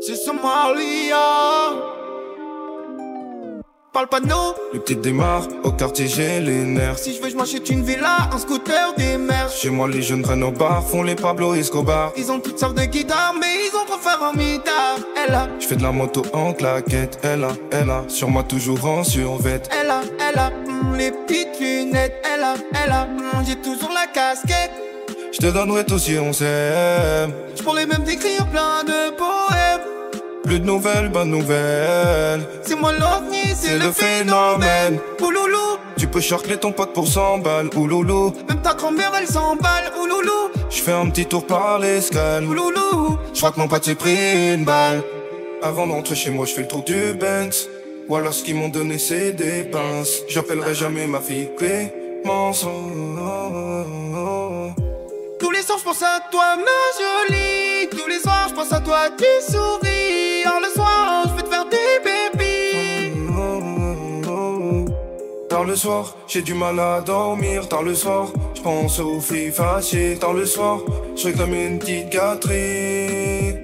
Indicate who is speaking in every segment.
Speaker 1: c'est Somalia. Parle pas de nous.
Speaker 2: Le petit démarre, au quartier j'ai les nerfs.
Speaker 1: Si je veux, je m'achète une villa, un scooter, des mers.
Speaker 2: Chez moi, les jeunes traînent au bar, font les Pablo Escobar.
Speaker 1: Ils ont toutes sortes de guitares, mais ils ont trop faire un mitard. Elle a,
Speaker 2: Je fais de la moto en claquette, elle a, elle a, sur moi toujours en survette.
Speaker 1: elle a, elle a, mm, les petites lunettes. Elle a, elle a, mm, j'ai toujours la casquette.
Speaker 2: Je te donnerai tout si on s'aime.
Speaker 1: Je pourrais même t'écrire plein de poèmes.
Speaker 2: Plus de nouvelles, bonnes nouvelles.
Speaker 1: C'est moi l'ovni, c'est le phénomène. Ouloulou,
Speaker 2: Tu peux charcler ton pote pour 100 balles, ouloulou.
Speaker 1: même ta grand-mère elle s'emballe. Ouloulou,
Speaker 2: Je fais un petit tour par l'escale.
Speaker 1: ouloulou.
Speaker 2: Je crois que mon pote s'est pris une balle. Avant d'entrer chez moi, je fais le tour du Benz. Ou alors ce qu'ils m'ont donné, c'est des pinces. J'appellerai jamais ma fille Clémence.
Speaker 1: Tous les soirs je pense à toi ma jolie Tous les soirs je pense à toi tu souris Alors le soir je vais te faire des bébés
Speaker 2: Tard le soir, j'ai du mal à dormir. Tard le soir, je pense aux filles fâchées. Tard le soir, je réclame une petite gâterie.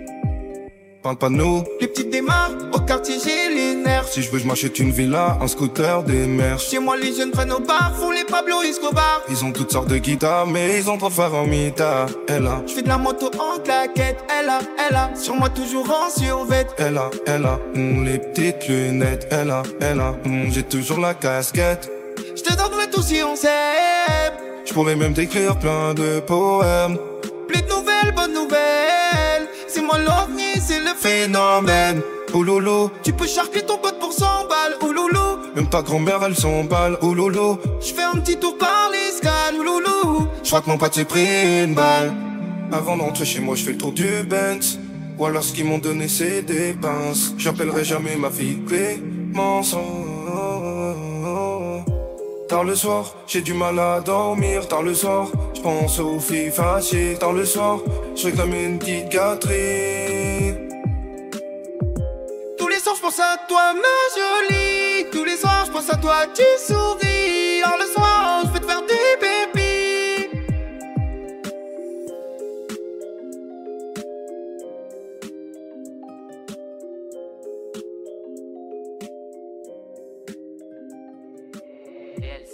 Speaker 2: Parle pas de nous.
Speaker 1: Les petites démarres au quartier j'ai les nerfs
Speaker 2: Si je veux, je m'achète une villa, un scooter, des mers.
Speaker 1: Chez moi les jeunes prennent au bar Font les Pablo Escobar
Speaker 2: Ils ont toutes sortes de guitares, mais ils ont trop faire en mita. Elle a,
Speaker 1: Je fais de la moto en claquette Elle a, elle a Sur moi toujours en survêt
Speaker 2: elle a, elle a, hum, les petites lunettes. Elle a, elle a, hum, j'ai toujours la casquette.
Speaker 1: Je te donnerai tout si on s'aime
Speaker 2: Je pourrais même t'écrire plein de poèmes.
Speaker 1: Plus de nouvelles bonnes nouvelles C'est moi l'ovni c'est le phénomène
Speaker 2: Ouloulou,
Speaker 1: Tu peux charcler ton pote pour 100 balles Ouloulou
Speaker 2: même ta grand-mère elle s'emballe. Ouloulou,
Speaker 1: Je fais un petit tour par l'escale, loulou.
Speaker 2: je crois que mon pote s'est pris une balle. Avant d'entrer chez moi, je fais le tour du Benz. Ou alors ce qu'ils m'ont donné, c'est des pinces. J'appellerai jamais ma fille Clémence. Tard le soir, j'ai du mal à dormir. Tard le soir, je pense aux filles fâchées. Tard le soir, je réclame une petite gâterie.
Speaker 1: Tous les soirs, je pense à toi, ma jolie. Tous les soirs, je pense à toi, tu souris. Alors le soir, je vais te faire des bébés.
Speaker 3: DLC.